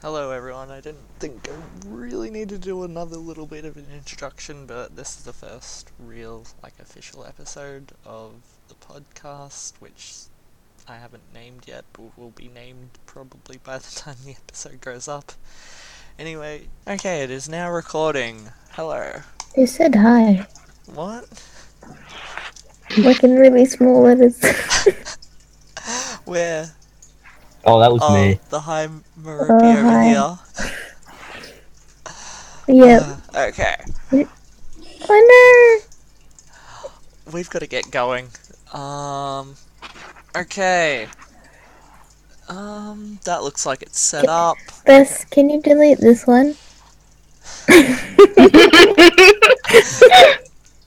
Hello everyone, I didn't think I really need to do another little bit of an introduction, but this is the first real, like, official episode of the podcast, which I haven't named yet, but will be named probably by the time the episode goes up. Anyway, okay, it is now recording. Hello. They said hi. What? Like in really small letters. Where? Oh, that was Oh, me. the high Meridian over Oh, hi. here. yep. Uh, okay. Oh we've got to get going. Um, okay. Um, that looks like it's set up. no! Bess, can you delete this one?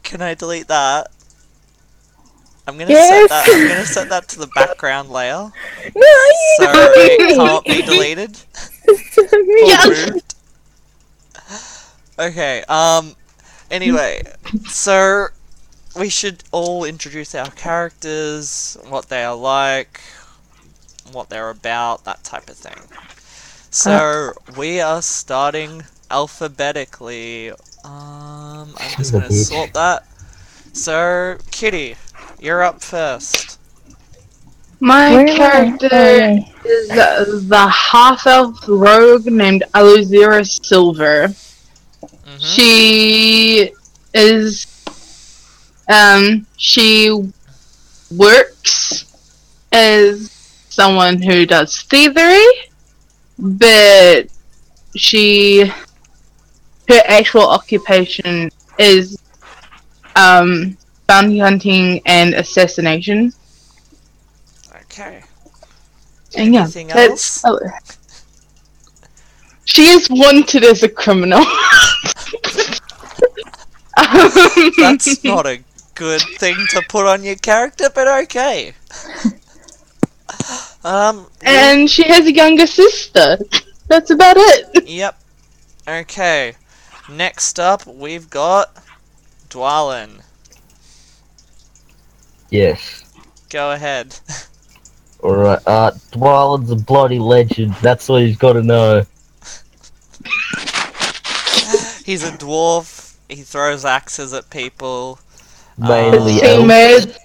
Can I delete that? I'm gonna set Yes. that. I'm gonna set that to the background layer, No, you so it can't be deleted or sorry. moved. Okay. Um. Anyway, so we should all introduce our characters, what they are like, what they're about, that type of thing. So we are starting alphabetically. Um, I'm just gonna Alphabet. sort that. So Kitty, you're up first. My Where am I? character Okay. is the, the half elf rogue named Aluzira Silver. hmm She is. Um, she works as someone who does thievery, but she. Her actual occupation is um, bounty hunting and assassination. Okay. And yeah, Anything else? that's- oh. She is wanted as a criminal. Um, That's not a good thing to put on your character, but okay. um. and she has a younger sister. That's about it. Yep. Okay. Next up, we've got Dwalin. Yes. Go ahead. Alright, uh, Dwalin's a bloody legend. That's what he's gotta know. He's a dwarf. He throws axes at people. Mainly Uh, She elf. made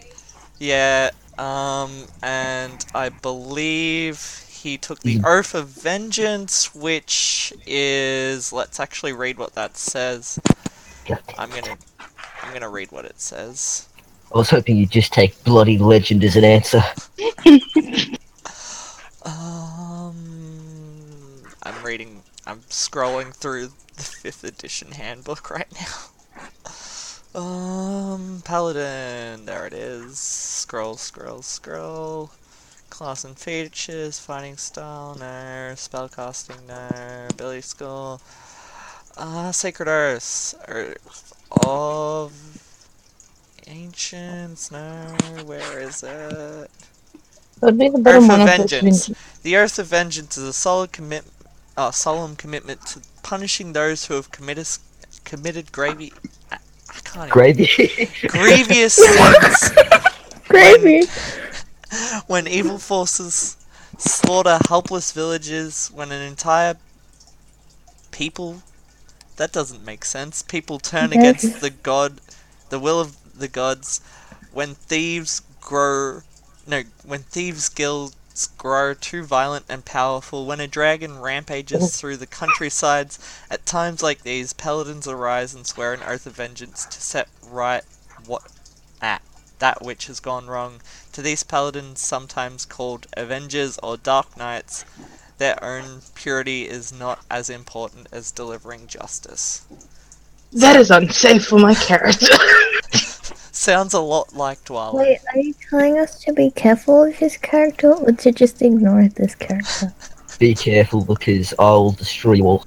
Yeah. Um. And I believe he took the oath of vengeance, which is let's actually read what that says. I'm gonna. I'm gonna read what it says. I was hoping you'd just take bloody legend as an answer. Um, I'm reading. I'm scrolling through the fifth edition handbook right now. Um, paladin. There it is. Scroll, scroll, scroll. Class and features. Fighting style. No. Spellcasting. No. Ability skill. Ah, sacred earth. Earth of ancients. No. Where is it? That would be the Earth bottom of one. Vengeance. The Earth of Vengeance is a solid commit, uh, solemn commitment to punishing those who have committed committed gravy. I, I can't. even- Gravy. grievous sins Crazy. when evil forces slaughter helpless villages, when an entire people that doesn't make sense. People turn Okay. against the god, the will of the gods, when thieves grow no, when thieves guilds grow too violent and powerful, when a dragon rampages through the countrysides, at times like these, paladins arise and swear an oath of vengeance to set right what ah, that which has gone wrong. To these paladins, sometimes called Avengers or Dark Knights, their own purity is not as important as delivering justice. that is unsafe for my character. Sounds a lot like Dwalin. Wait, are you telling us to be careful of his character or to just ignore this character? Be careful because I'll destroy you all.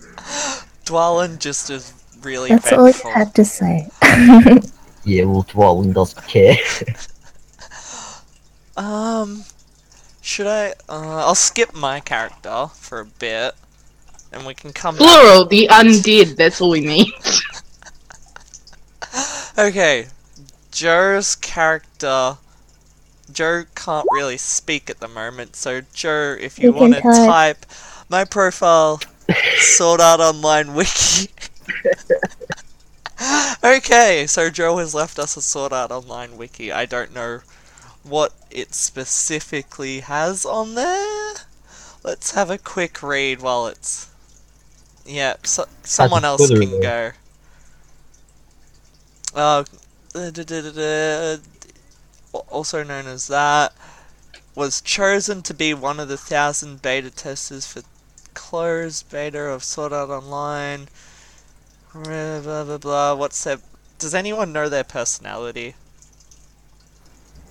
Dwalin just is really That's all vengeful. you had to say. Yeah, well, Dwalin doesn't care. Um, should I? Uh, I'll skip my character for a bit, and we can come. back. Plural, the undead. That's all we need. Okay, Joe's character. Joe can't really speak at the moment, so Joe, if you You can want to type. type, my profile Sword Art Online wiki. okay, so Joe has left us a Sword Art Online wiki. I don't know what it specifically has on there. Let's have a quick read while it's. Yeah, so, someone else Twitter can go. Uh, da- da- da- da- da, also known as that, was chosen to be one of the thousand beta testers for closed beta of Sword Art Online. Blah blah blah. blah. What's their? Does anyone know their personality?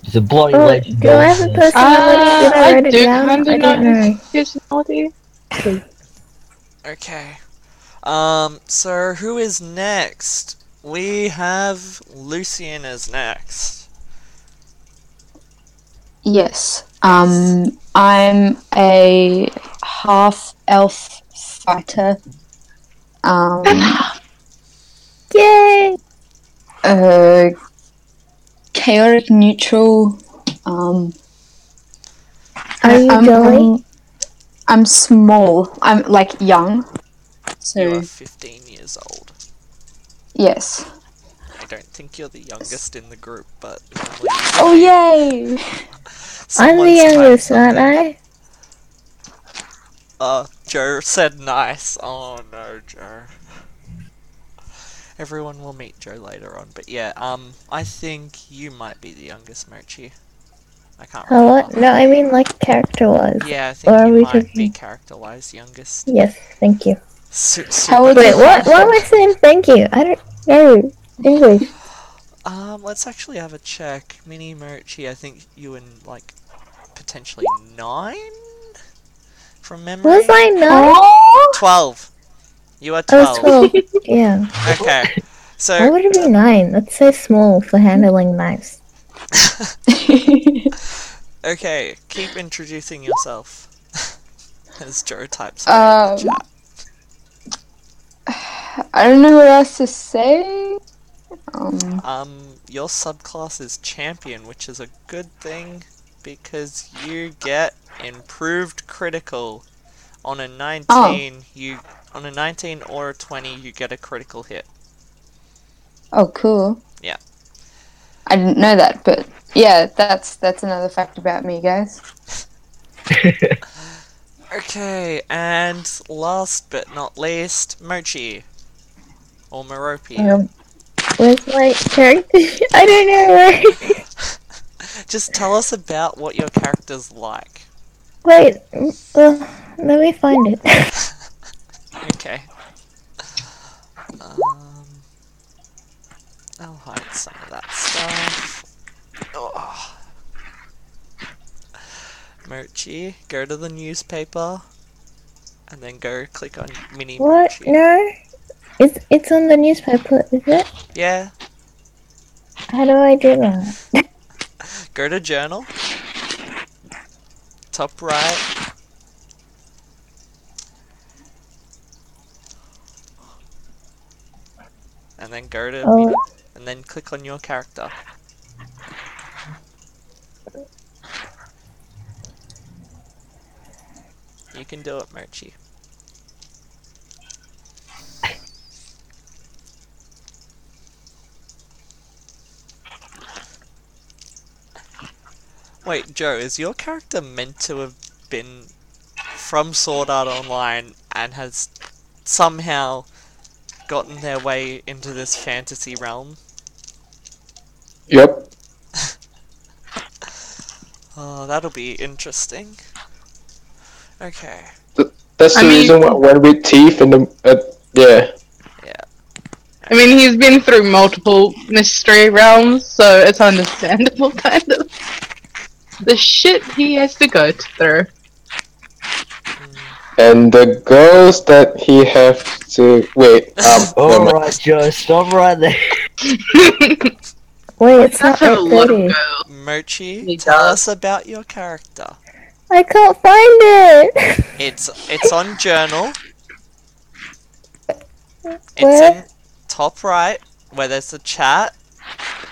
It's a bloody Oh, legend. do I have a nonsense. personality? Uh, Did I I write it do down? kind I of don't know know. his personality. Okay. Um. So who is next? We have Lucian is next. Yes. Um, I'm a half elf fighter. Um, Yay! uh, chaotic neutral. Um, Uh, Are you I'm, Joey? I'm, I'm small. I'm like young. You So are 15 years old. yes. I don't think you're the youngest in the group, but normally Oh yay! I'm the someone's typed youngest, aren't something. I? Uh, Joe said nice. Oh no, Joe. Everyone will meet Joe later on, but yeah, um, I think you might be the youngest, Mochi. I can't Oh, remember. what? No, I mean like character wise. Yeah, I think Or are you we might be talking- character-wise youngest. Yes, thank you. Su- How super- would Wait, what? Why am I saying thank you? I don't know English. Um, let's actually have a check. Mini Mochi, I think you and like potentially nine from memory. Was I not? Oh! Twelve. You are I was twelve. twelve. Yeah. Okay. So Why would it be nine? That's so small for handling knives. Okay, keep introducing yourself. As Joe types. um, I don't know what else to say. Um, Um, your subclass is champion, which is a good thing because you get improved critical. On a 19, Oh. you on a 19 or a 20, you get a critical hit. oh, cool. Yeah. I didn't know that, but yeah, that's that's another fact about me, guys. Okay, and last but not least, Mochi or Moropi. Um, where's my character? I don't know where. Just tell us about what your character's like. Wait, uh, let me find it. Okay. Um, I'll hide some of that stuff. Oh. Mochi, go to the newspaper, and then go click on Mini What? Mochi. No? It's, it's on the newspaper, is it? Yeah, How do I do that? go to journal. Top right. And then go to Oh, Mini- and then click on your character. You can do it, Merchie. Wait, Joe, is your character meant to have been from Sword Art Online and has somehow gotten their way into this fantasy realm? Yep. Oh, that'll be interesting. Okay. That's I the mean- reason why I went with teeth and the uh, yeah. I mean, he's been through multiple mystery realms, so it's understandable, kind of. The shit he has to go through. And the girls that he have to wait. Um, Oh, never mind. Alright, Joe, stop right there. wait, it's That's not a lot of 8.30. girls. Mochi, He tell does. us about your character. I can't find it! It's it's on journal. It's in Where? top right where there's the chat.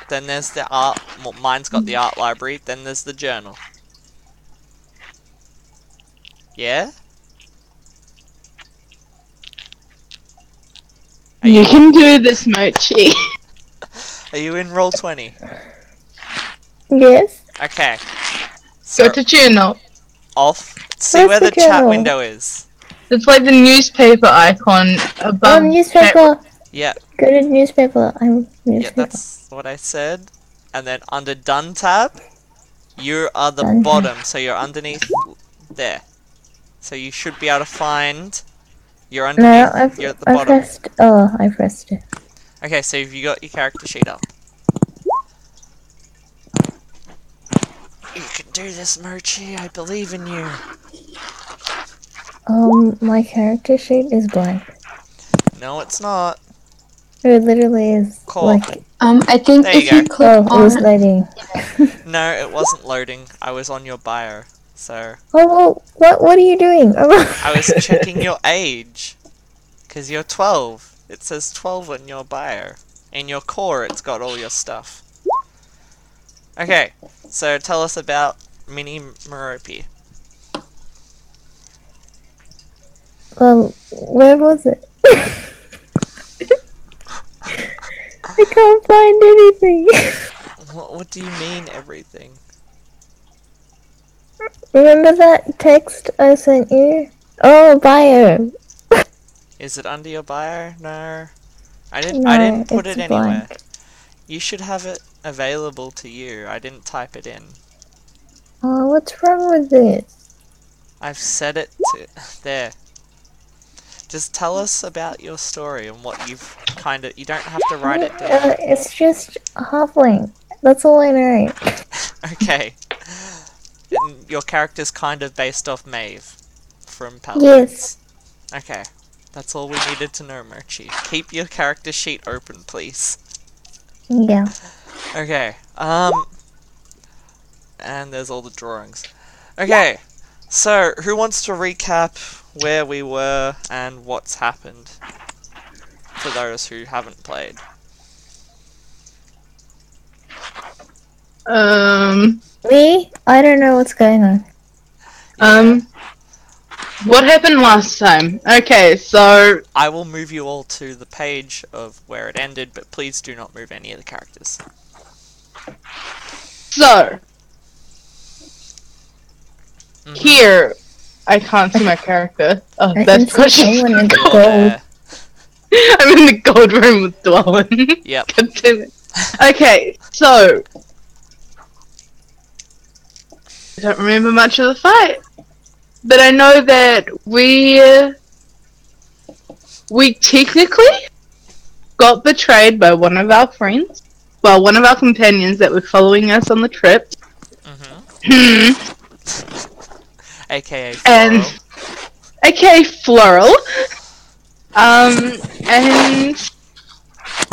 Then there's the art. Well, mine's got Mm. the art library. Then there's the journal. Yeah. Are You you, can do this, Mochi. are you in roll twenty? Yes. Okay. Go So to journal. off. See Where's where the the chat journal? window is. It's like the newspaper icon Oh, above. newspaper. Um, Yeah, Go to newspaper. I'm yeah, newspaper. that's what I said. And then under done tab, you are the Done tab. bottom, so you're underneath there. So you should be able to find. You're no, underneath. I've, you're at the I bottom. pressed. Oh, I pressed it. Okay, so have you got your character sheet up? You can do this, Mochi. I believe in you. Um, my character sheet is blank. No, it's not. It literally is Cool. like. Um, I think There you if you, click Oh, it was on. lighting. No, it wasn't loading. I was on your bio, so Oh, well, what? What are you doing? Oh, I was checking your age. Cause you're 12. It says 12 on your bio. In your core, it's got all your stuff. Okay, so tell us about Mini Merope. um, where was it? I can't find anything. What, what do you mean everything? Remember that text I sent you? Oh, bio. Is it under your bio? No. I didn't. I No, didn't put it's it anywhere. blank. You should have it available to you. I didn't type it in. Oh, what's wrong with this? I've said it to there. Just tell us about your story and what you've kind of. You don't have to write it down. Uh, it's just halfling. That's all I know. Okay. And your character's kind of based off Maeve from Paladins. Yes. Okay. That's all we needed to know, Mochi. Keep your character sheet open, please. Yeah. Okay. Um. And there's all the drawings. Okay. So, who wants to recap where we were and what's happened for those who haven't played? Um, Me? I don't know what's going on. um, what happened last time? Okay, so I will move you all to the page of where it ended, but please do not move any of the characters. So Mhm. here, I can't see my character. Oh, I that's can see pushing. someone in the You're gold. there. I'm in the gold room with Dwellin. Yep. God damn it. Okay, so I don't remember much of the fight, but I know that we we technically got betrayed by one of our friends, well, one of our companions that were following us on the trip. hmm Hmm. AKA. And- Floral. Okay, floral. Um, and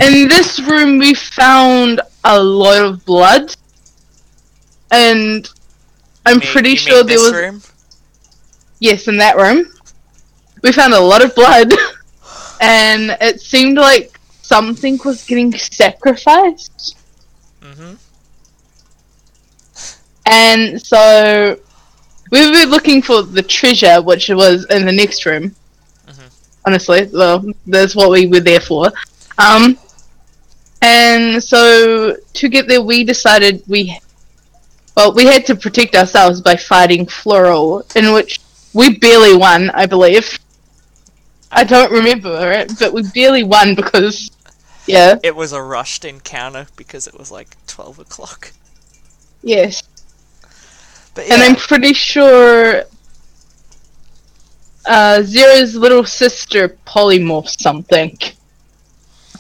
in this room we found a lot of blood, and I'm You mean- pretty you sure mean there this was room? yes in that room. We found a lot of blood, and it seemed like something was getting sacrificed. Mm-hmm. And so we were looking for the treasure, which was in the next room. Mhm. Honestly, well, that's what we were there for. Um, and so to get there, we decided we, well, we had to protect ourselves by fighting Floral, in which we barely won, I believe. I don't remember it, but we barely won because, yeah, It was a rushed encounter because it was like twelve o'clock. yes. But yeah, And I'm pretty sure uh, Zero's little sister polymorphed something.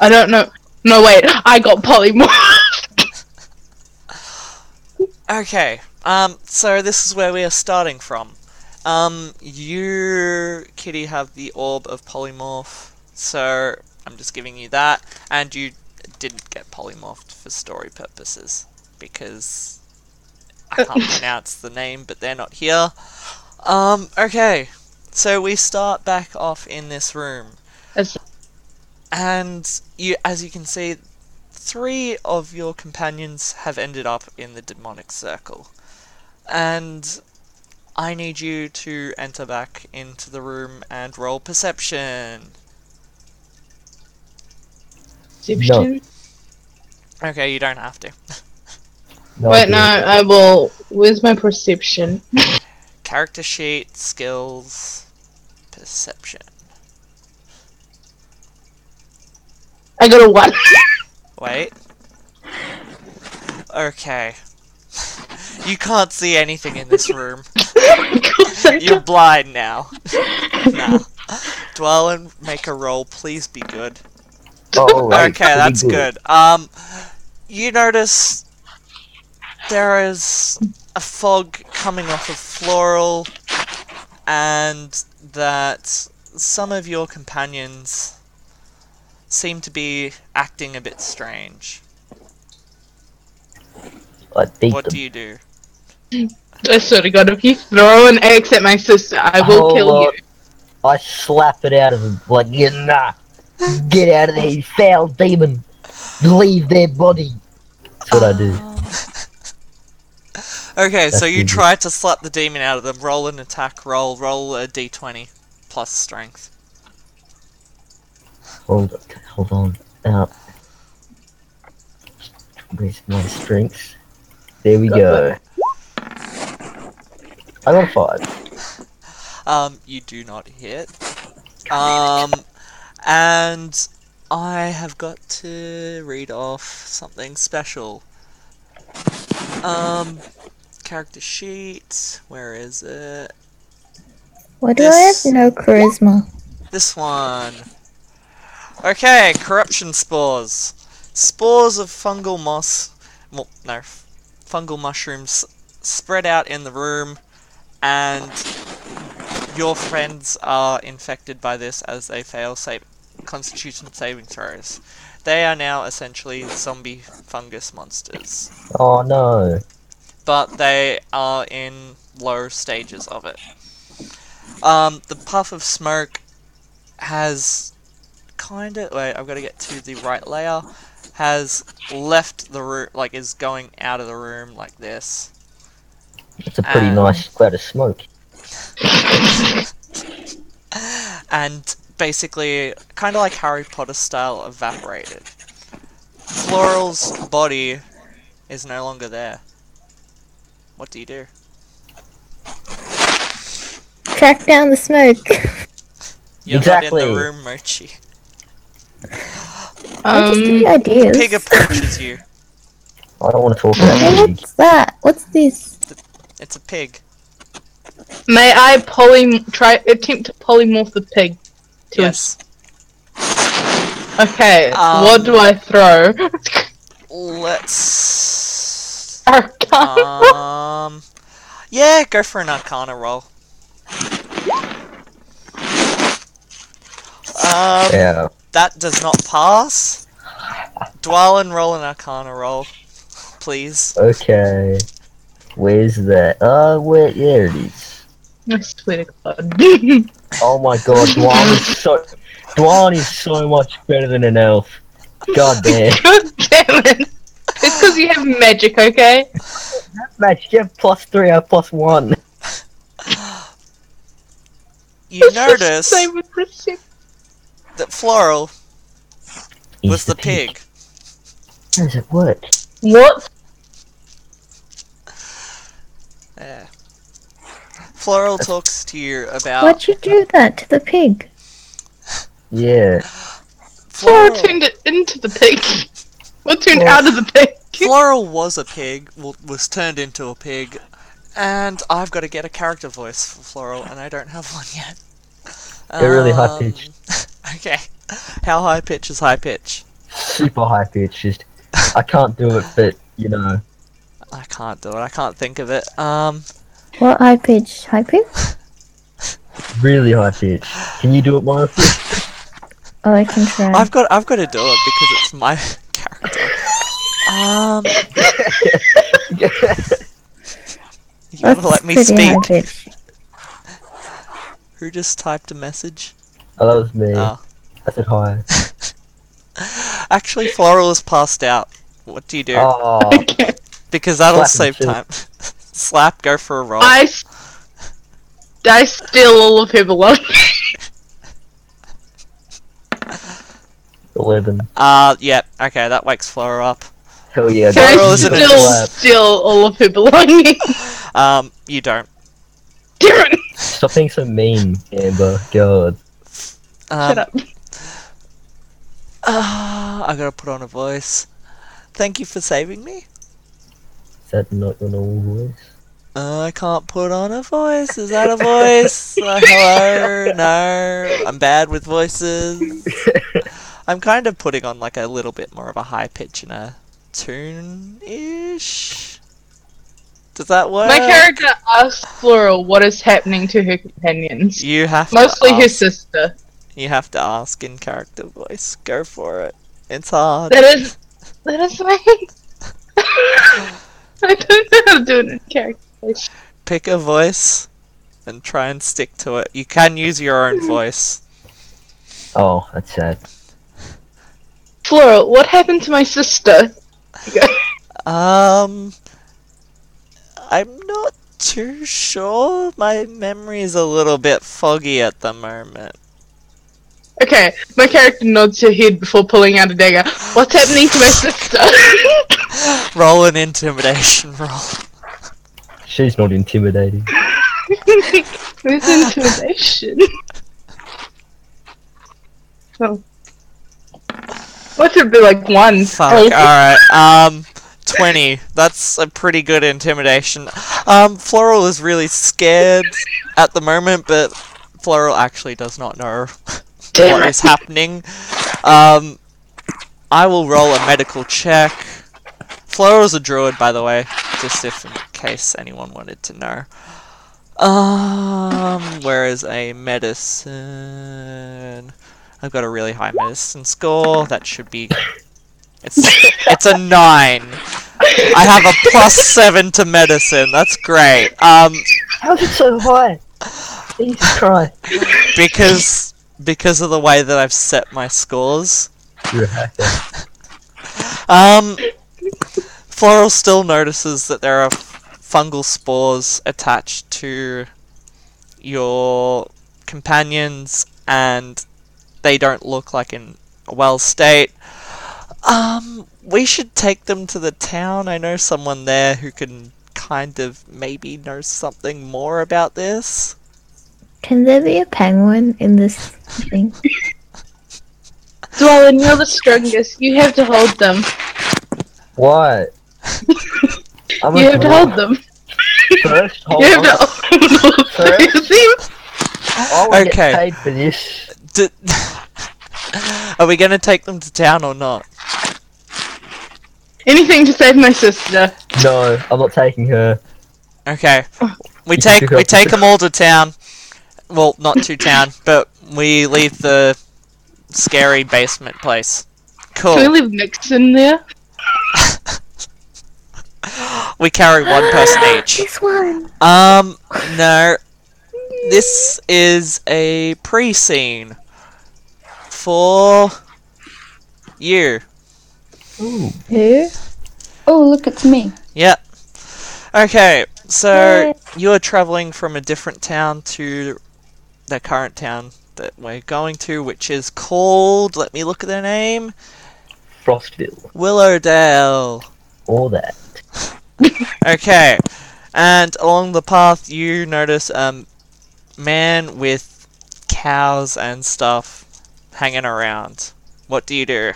I don't know. No, wait. I got polymorphed. Okay. Um. So this is where we are starting from. Um. You, Kitty, have the orb of polymorph. So I'm just giving you that, and you didn't get polymorphed for story purposes because I can't pronounce the name, but they're not here. Um. Okay. So we start back off in this room. As- And you, as you can see, three of your companions have ended up in the demonic circle. And I need you to enter back into the room and roll perception. Perception. Okay, you don't have to. No, Wait, idea. no, I will. Where's my perception? Character sheet, skills, perception. I got a one. Wait. Okay. You can't see anything in this room. You're blind now. no. Dwell and make a roll, please be good. Oh, right, Okay, that's pretty good. Um, you notice there is a fog coming off of Floral, and that some of your companions seem to be acting a bit strange. I beat What them. do you do? I swear to God, if you throw an axe at my sister, I will Oh, kill Lord. I slap it out of him like, yeah, nah, get out of there, you foul demon. Leave their body. That's what I do. Uh. Okay, so That's you easy. try to slap the demon out of them. Roll an attack roll. Roll a d20 plus strength. Hold, hold on. Uh, where's my strengths? There we go. I got a five. Um, you do not hit. Um, and I have got to read off something special. Um, character sheet. Where is it? Why do This- I have no charisma? This one. Okay, corruption spores. Spores of fungal moss. Well, no, f- fungal mushrooms spread out in the room, and your friends are infected by this as they fail save constitution saving throws. They are now essentially zombie fungus monsters, Oh no. but they are in low stages of it. Um, the puff of smoke has kind of wait. I've got to get to the right layer. Has left the room, like is going out of the room like this. It's a pretty Uh. Um. nice cloud of smoke. and basically, kind of like Harry Potter style, evaporated. Floral's body is no longer there. What do you do? Track down the smoke. You're not in Exactly. the room, Mochi. you. I just Um, need ideas. Pig approaches you. I don't want to talk about Hey, it. what's that? What's this? It's a pig. may I poly try attempt to polymorph the pig? To us. Yes. Okay. Um, what do I throw? Let's. Arcana. Um. Yeah, go for an Arcana roll. Um. Yeah. That does not pass. Dwell and roll an arcana roll, please. Okay. Where's that? Oh, wait, there it is. I swear to God. Oh my god, Dwan is so Dwan is so much better than an elf. God damn. God damn it! It's because you have magic, okay? Match, you have plus three, I have plus one. You It's the notice Same with perception. that Floral He's was the pig. How does it work? What? Yeah. Floral talks to you about Why'd you do that to the pig? Yeah. Flora Floral. turned it into the pig. What turned Flora- out of the pig? Floral was a pig, well, was turned into a pig, and I've got to get a character voice for Floral, and I don't have one yet. They're really high Um, pitched. Okay, how high pitch is high pitch? Super high pitch, just I can't do it but you know. I can't do it. I can't think of it. Um, What high pitch? High pitch? Really high pitch. Can you do it Mara? Oh, I can try. I've got I've got to do it because it's my character. Um, you gotta let me pretty speak. high pitch. Who just typed a message? Oh that was me. Oh. I said hi. Actually, Floral is passed out. What do you do? Oh Okay. because that'll slap save him too. time. Slap, go for a roll. I, s- I steal all of her belongings. Eleven. Uh, yeah, okay, that wakes Flora up. Hell yeah. Can Carol I is an still steal all of her belongings? Um, you don't. Damn it! Stop being so mean, Amber. God. Um, Shut up. ah, I gotta put on a voice. Thank you for saving me. Is that not your normal voice? Uh, I can't put on a voice. Is that a voice? Uh, hello? No. I'm bad with voices. I'm kind of putting on like a little bit more of a high pitch and a tune ish. Does that work? My character asks Flora what is happening to her companions. You have Mostly to her ask, sister. You have to ask in character voice. Go for it. It's hard. That is. That is me. I don't know how to do it in character. Pick a voice and try and stick to it. You can use your own voice. Oh, that's sad. Flora, what happened to my sister? Um, I'm not too sure. My memory is a little bit foggy at the moment. Okay, my character nods her head before pulling out a dagger. What's happening to my sister? Roll an intimidation roll. She's not intimidating. There's intimidation. Oh. What should be like one? Oh. Fuck. uh, All right. Um, twenty. That's a pretty good intimidation. Um, Floral is really scared at the moment, but Floral actually does not know what is happening. Um, I will roll a medical check. Floral's a druid, by the way, just if in case anyone wanted to know. Um, whereas a medicine, I've got a really high medicine score. That should be. It's it's a nine. I have a plus seven to medicine. That's great. Um, How's it so high? Jesus Christ. because because of the way that I've set my scores. You're a hacker. Um, Floral still notices that there are f- fungal spores attached to your companions, and they don't look like in a well state. Um, we should take them to the town. I know someone there who can kind of maybe know something more about this. Can there be a penguin in this thing? Dwellin, you're the strongest. You have to hold them. What? I'm You a have to dwarf. hold them. First, hold You on. have to hold all three of them. I wanna get Okay. paid for this. D- are we going to take them to town or not? Anything to save my sister. No, I'm not taking her. Okay. We You take pick we up- take them all to town. Well, not to town, but we leave the scary basement place. Can Cool. we leave Nixon there? We carry one person each. This one! Um, no. This is a pre-scene for you. Ooh. Who? Oh, look, it's me. Yep. Okay, so Yay. you are traveling from a different town to the current town that we're going to, which is called. Let me look at their name. Frostville. Willowdale. All that. Okay, and along the path you notice um man with cows and stuff hanging around. What do you do?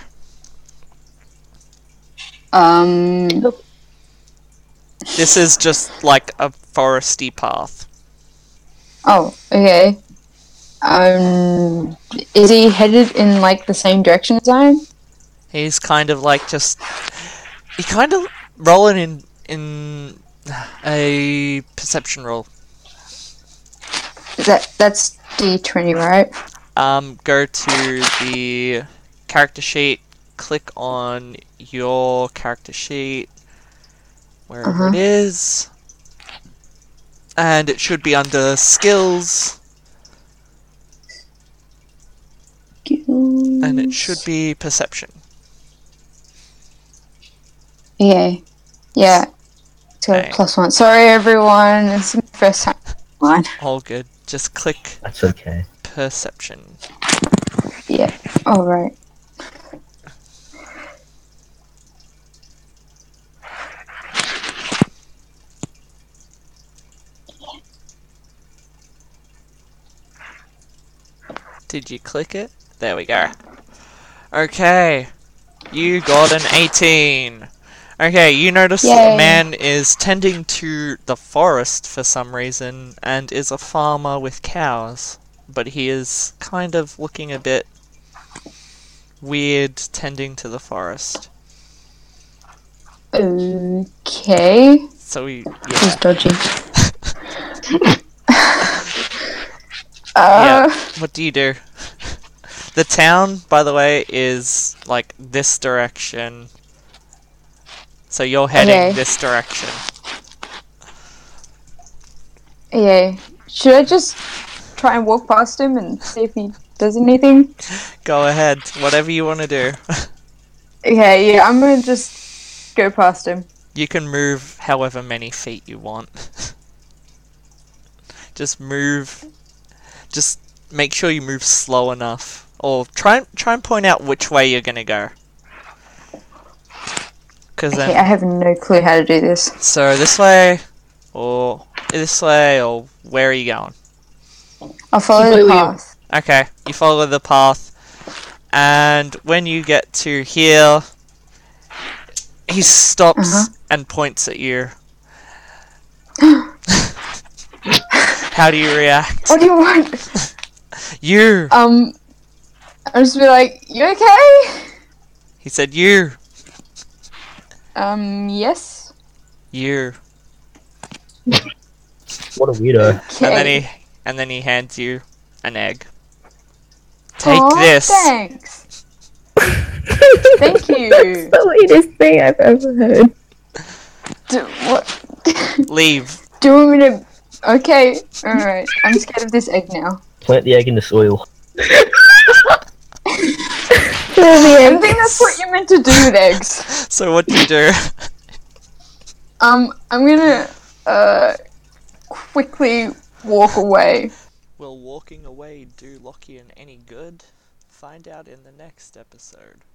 Um, This is just like a foresty path. oh, okay. Um, is he headed in like the same direction as I am? He's kind of like just he kind of rolling in in a perception roll. That that's D twenty, right? Um, go to the character sheet. Click on your character sheet, wherever Uh-huh. it is, and it should be under skills, and it should be perception. Okay. Yeah. So Okay. plus one. Sorry, everyone. It's my first time. One. All good. Just click That's okay. perception. All right. Did you click it? There we go. Okay. You got an 18. Okay, you notice the Yay. man is tending to the forest for some reason and is a farmer with cows. But he is kind of looking a bit weird tending to the forest. Okay. So he, He's yeah, dodgy. uh, what do you do? the town, by the way, is like this direction. So you're heading Okay. this direction. yeah. Should I just try and walk past him and see if he does anything? Go ahead, whatever you want to do. Yeah, yeah. I'm gonna just go past him. You can move however many feet you want. just move. Just make sure you move slow enough, or try and try and point out which way you're gonna go. Because Okay, then, I have no clue how to do this. so this way, or this way, or where are you going? I'll follow the Completely- path. Okay, you follow the path, and when you get to here, he stops Uh-huh. and points at you. How do you react? What do you want? You! Um, I'll just be like, you okay? He said, You! Um, yes. You! What a weirdo. Okay. And then he and then he hands you an egg. Take Aw, this. Thanks. Thank you. That's the weirdest thing I've ever heard. Do, what? Leave. Do you want me to? Okay. All right. I'm scared of this egg now. Plant the egg in the soil. I think that's what you're meant to do with eggs. So what do you do? Um, I'm gonna uh quickly walk away. Will walking away do Lockie any good? Find out in the next episode.